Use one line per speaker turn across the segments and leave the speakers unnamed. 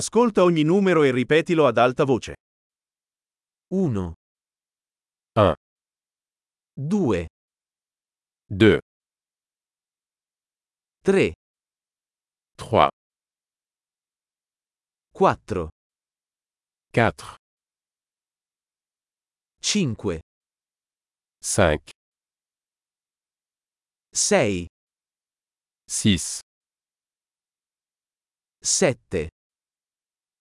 Ascolta ogni numero e ripetilo ad alta voce.
1,
Un.
2,
2,
3,
3,
4,
4,
5,
5,
6,
6,
7,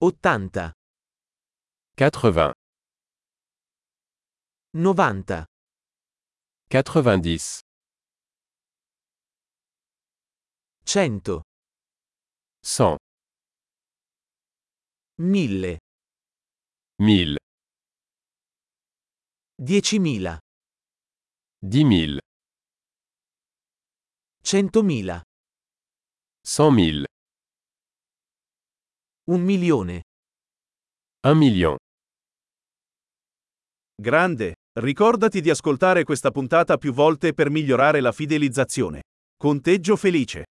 80,
90,
90,
100,
100,
1000,
1000,
10.000,
10 000,
100.000,
100 000,
1 milione.
1 million.
Grande, ricordati di ascoltare questa puntata più volte per migliorare la fidelizzazione. Conteggio felice.